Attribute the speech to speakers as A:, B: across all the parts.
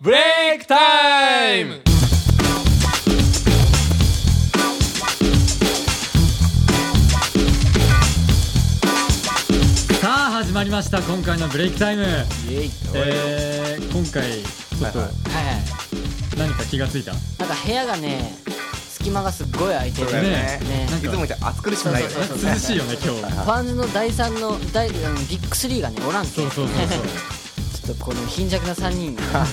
A: ブレイクタイム
B: さあ始まりました今回のブレイクタイム
C: イエイ
B: えー、今回ちょっと
C: はいはい
B: 何か気がついた
C: なんか部屋がね隙間がすっごい空いてる
D: そうだよね
C: ね
B: なん
D: いつも
B: か
D: 言ったら暑苦しくないよね
C: そうそうそう
B: 涼しいよね今日
C: ファンズの第三の第あのビッグスリーがねおらんけ
B: そうそうそうそう
C: ちょっとこの貧弱な三人
B: 高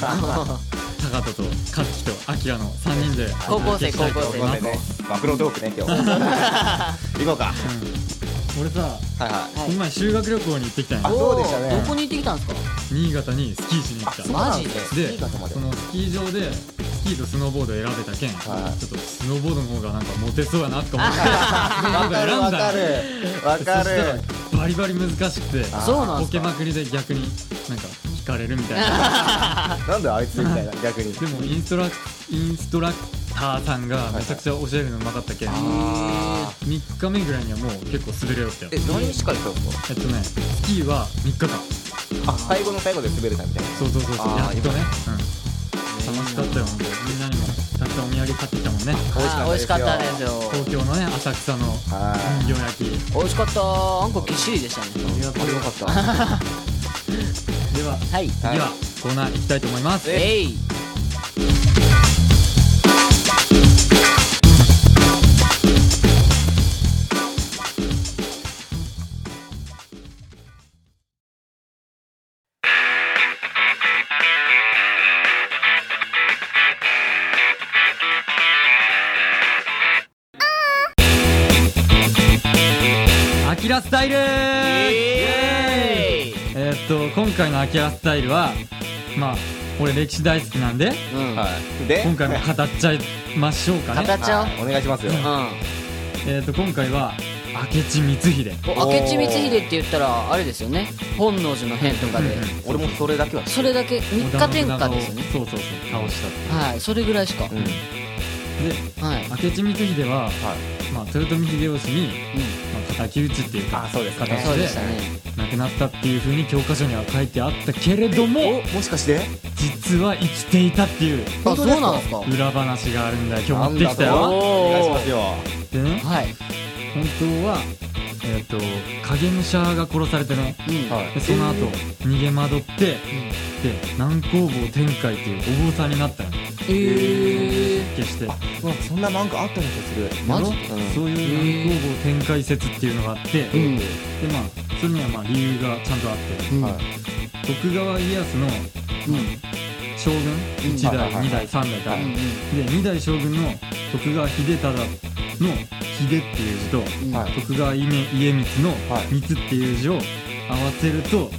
B: 人と勝樹とアキラの三人で
C: 高校生
B: お届けしたいと思います
D: ねマクロトークね今日行こうか
B: 俺さ
D: はいは
C: はい
B: この前修学旅行に行ってきたん
D: あ
B: や
D: そうでしたね
C: おーどこに行ってきたんですか
B: 新潟にスキーしに行った
D: そう
C: マジで
B: で
D: 新潟まで
B: そのスキー場でスキーとスノーボード選べたけん、
D: はい
B: ちょっとスノーボードの方がなんかモテそうやなと思って
D: い
B: 選ん
D: わ
B: だ
D: か
B: んよ
D: る わ
B: そし
D: か
B: た
D: る
B: らバリバリ難しくて
D: あー
C: そうなん
B: ボ
C: す
B: ケま
C: か
B: くりで逆になんか引かれるみたいな
D: なんであいつみたいな逆に
B: でもインストラインストラクターさんがめちゃくちゃ教えるのうまかったけん、
D: あ
B: 3日目ぐらいにはもう結構滑れよってよ
D: ーえ何しかりそうそう
B: えっとねスキーは3日間
D: あ最後の最後で滑れたみたいな
B: そうそうそうそうや
D: あ
B: っ
D: ー
B: とね、うん、楽しかったよ本当にみんなにもたくさんお土産買ってきたもんね
C: あー美味しかったですよ
B: 東京のね浅草の
D: は
B: 人形焼き
C: 美味しかったあんこぎっしりでしたね
D: いやっぱりよかった
B: では
C: はい
B: 次はコーナー行きたいと思います
C: えい
B: アキラスタイルイエーイえーっと今回のアキラスタイルはまあ俺歴史大好きなんで
C: うん語っ
D: はいで
B: 今回も語っちゃいましょうかね
C: ちゃ
D: お願いしますよ
C: おう
B: えーっと今回は明智光秀
C: うんお明智光秀って言ったらあれですよね本能寺の変とかで
D: 俺もそれだけは
C: それだけ三
B: 織
C: 日
B: 田信
C: 天
B: 長
C: 下
B: を
C: ですよね
B: そうそうそう倒したって
C: はいそれぐらいしか
D: うん
B: で
C: はいうん
B: 明智光秀は、まあ、豊臣秀吉に、まあ、敵討ちっていうか
D: あそうですね
B: 形
C: そうでしたね
B: 亡くなったっていうふうに教科書には書いてあったけれども
D: もしかして
B: 実は生きていたっていう
C: あそうなんですか
B: 裏話があるんだよ今日持ってきた
D: なんだ
B: よ
D: とお願いしますよ
B: でね
C: はい
B: 本当はえっ、と影武者が殺されてね
C: うん
D: はい
B: でその後逃げ惑って、で南光坊天海っていうお坊さんになったの
C: ええ
B: 決して
D: うわそんななんかあったような気がする
C: マジ
B: だろ
D: うん
B: そういう南光坊天海説っていうのがあって、
C: うん
B: でまあそれにはまあ理由がちゃんとあって
C: うん
D: はい
B: 徳川家康の
C: うん
B: 将軍1代、
D: はいはいはい
B: 2代3代か、
D: は
C: う
D: い
C: ん
B: で2代将軍の徳川秀忠の秀っていう字と
C: うん
D: はい
B: 徳川家光の
D: はい
B: 光っていう字を合わせると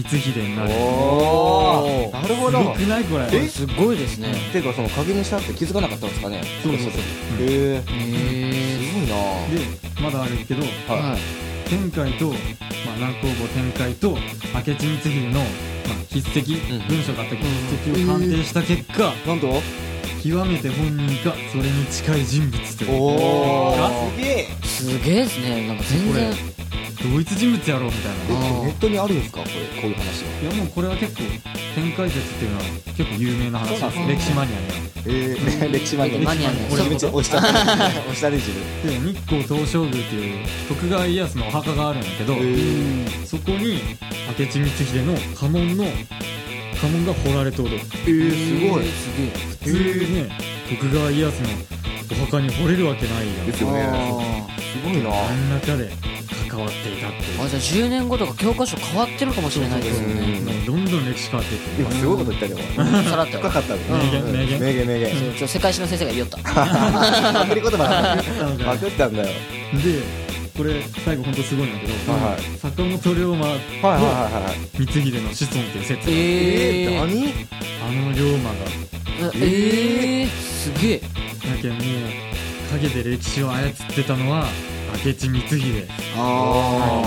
B: 光秀になる
D: おおなるほ
B: す
D: ど
B: ごくないこれ
D: え
C: すごいですね
D: ていうかその影武者って気づかなかったんですかね
B: そうそうそううん
D: へえ
C: え
D: すごいな
B: でまだあるけど
C: え
D: は
C: はいい
B: 天海と、まあ、南光坊天海と明智光秀の、まあ、筆跡、
D: うん
B: 文書があったけど筆跡を鑑定した結果、
D: なんと
B: 極めて本人かそれに近い人物という
D: お
C: ー
D: すげえ
C: すげえですねなんか全然
B: 同一人物やろうみたい
D: え
B: な
D: ネットにあるんですかこれこういう話はい
B: やもうこれは結構天海説っていうのは結構有名な話
D: そ
B: で
D: う
B: す
D: なん
B: 歴史マニアには
D: ええ歴史マニア
C: マニアに
B: 俺
D: 俺
B: の
D: め
B: こ
D: っちゃ
B: と
D: 押した押したね自
B: で
D: 分
B: 日光東照宮っていう徳川家康のお墓があるんだけど、
C: うん
B: そこに明智光秀の家紋の家紋が彫られておる
D: えーすごい
C: えーすげえ
B: 普通ね徳川家康のお墓に掘れるわけないやん
D: ですよね
C: あ
D: すごいな
B: 何らかで関わっていたって
C: ーあじゃあ10年後とか教科書変わってるかもしれないですよ
D: うん
B: い
C: ね
B: うもうどんどん歴史変わっていってる
D: 今すごいこと言ったねお前
C: さらっと
D: 深かったね
B: 名言
D: うん
B: 名言
D: 名言名言
C: そうちょ世界史の先生が言おった
D: パクリ言葉
B: なん
D: だ
B: か
D: パクったんだよ
B: でこれ最後本当すごいんだけど、
D: はいはい
B: 坂本龍馬
D: はいはい
B: の
D: はいはい
B: 光秀の子孫っていう説、
C: え
D: え
C: ー
D: 何
B: あの龍馬が
C: えーすげえ
B: だけどもう陰で歴史を操ってたのは明智光秀
C: あ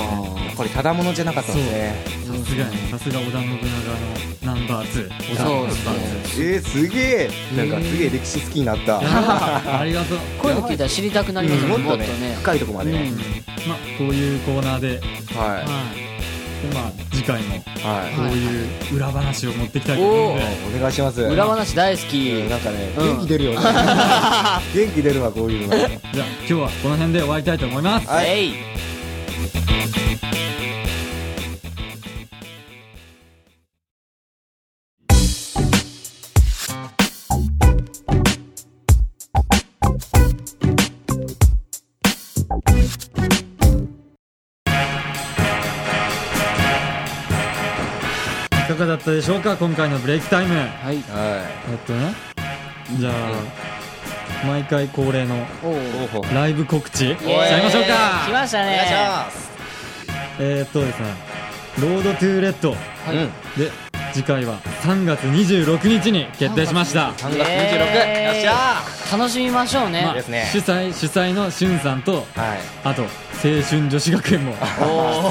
D: これただものじゃなかったんですね
C: そう
B: さすがにさすが織田信長のナンバー2織田ナン
C: そ
B: バ
C: うで
B: ー
C: すね
D: えー、すげえなんかすげえ歴史好きになった、
B: 2 ありがとう
C: こういうの聞いたら知りたくなります
D: うん
C: よ
D: も
C: ね
D: っ
C: もっ
D: と
C: と
D: ね
C: ね
D: 深いとこまでね、
B: まあこういうコーナーで、
D: はい
B: まあでまあ次回もこ
D: は
B: ういう裏話を持ってきたいと思う
C: お
B: んで、
D: い。お願いします。
C: お裏話大好
D: うん
C: き
D: なんかね、
C: うん
D: 元気出るよ ね。元気出るわ、こういうのが。
B: じゃあ今日はこの辺で終わりたいと思います
D: はい
C: えい
B: いかがだったでしょうか今回のブレイクタイムえ
C: はい
D: は
B: っとねじゃあ毎回恒例の
C: おお
D: い。ほうほう。
B: ライブ告知しち
C: イエーイ
B: ゃいましょう
C: 来
B: か
C: ました
D: お願いし
C: ね
D: ます。
B: えーっとですね「ロードトゥーレッド
C: はい
D: うん。」
B: で次回は3月26日に決定しました
D: 3月26。
C: えー
D: よっしゃ
C: 楽しみましょうね、
B: まあ
D: ですね
B: 主催主催のしゅんさんと
D: ー。はい。
B: あと青春女子学園も
C: おー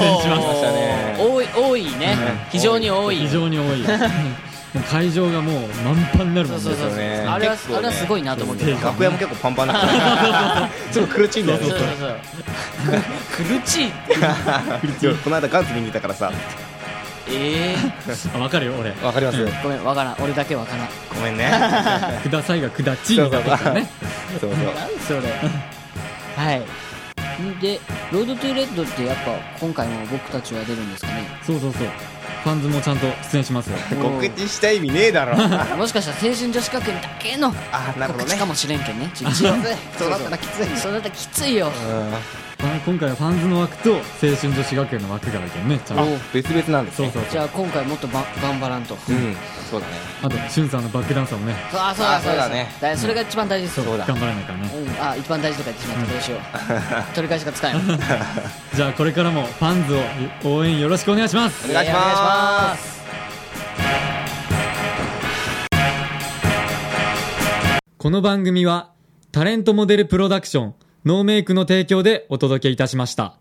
B: 出演しました
D: ね
C: 多い多いね、
D: うん
C: 非常に多い
B: 非常 に多いもう会場がもう満帆になるも
C: そ
B: ん
C: う
B: ね
C: そうそうそう、
D: ですよね
C: あれは、
D: 結構ね
C: あれはすごいなと思って
B: そう
C: る
B: そう
D: 楽屋も結構パンパンだった。ちょっと苦しいんだよね。
C: そうそうそう 苦しい
D: い やこの間ガンツ見に行ったからさ。
C: ええ
B: あ分かるよ俺
D: わかります
B: うん
C: ごめんわからん俺だけわからん
D: ごめん ね。
B: くださいがくだちになってるからね
D: そうそう。
C: 何それはいで「ロードトゥーレッド」ってやっぱ今回も僕たちは出るんですかね
B: そうそうそうファンズもちゃんと出演しますよ
D: 告知した意味ねえだろ。
C: もしかしたら青春女子学園だけの
D: あ、なるほ
C: 告
D: どね
C: 知か。もしれんけんねちょっと
D: そうだったらきつい。
C: それだったらきついよ
D: うん。
B: あ今回はファンズの枠と青春女子学園の枠があるけどねちゃんと
D: あ、別々なんです
B: そう
D: ね。
B: そう
C: じ
B: そう
C: ゃあ今回もっとば頑張らんと
D: うん。そうだね。
B: あとしゅんさんのバックダンサーもね
C: そうあそう
D: あ
C: だ
D: そうだね
C: そうだそれが一番大事です
B: そう
D: そうだ
B: 頑張らないからね
C: うんあ一番大事とか言ってしまったどうしよう取り返しがつ かんよ
B: じゃあこれからもファンズを応援よろしくお願いします
D: お願いします。
B: この番組はタレントモデルプロダクションノーメイクの提供でお届けいたしました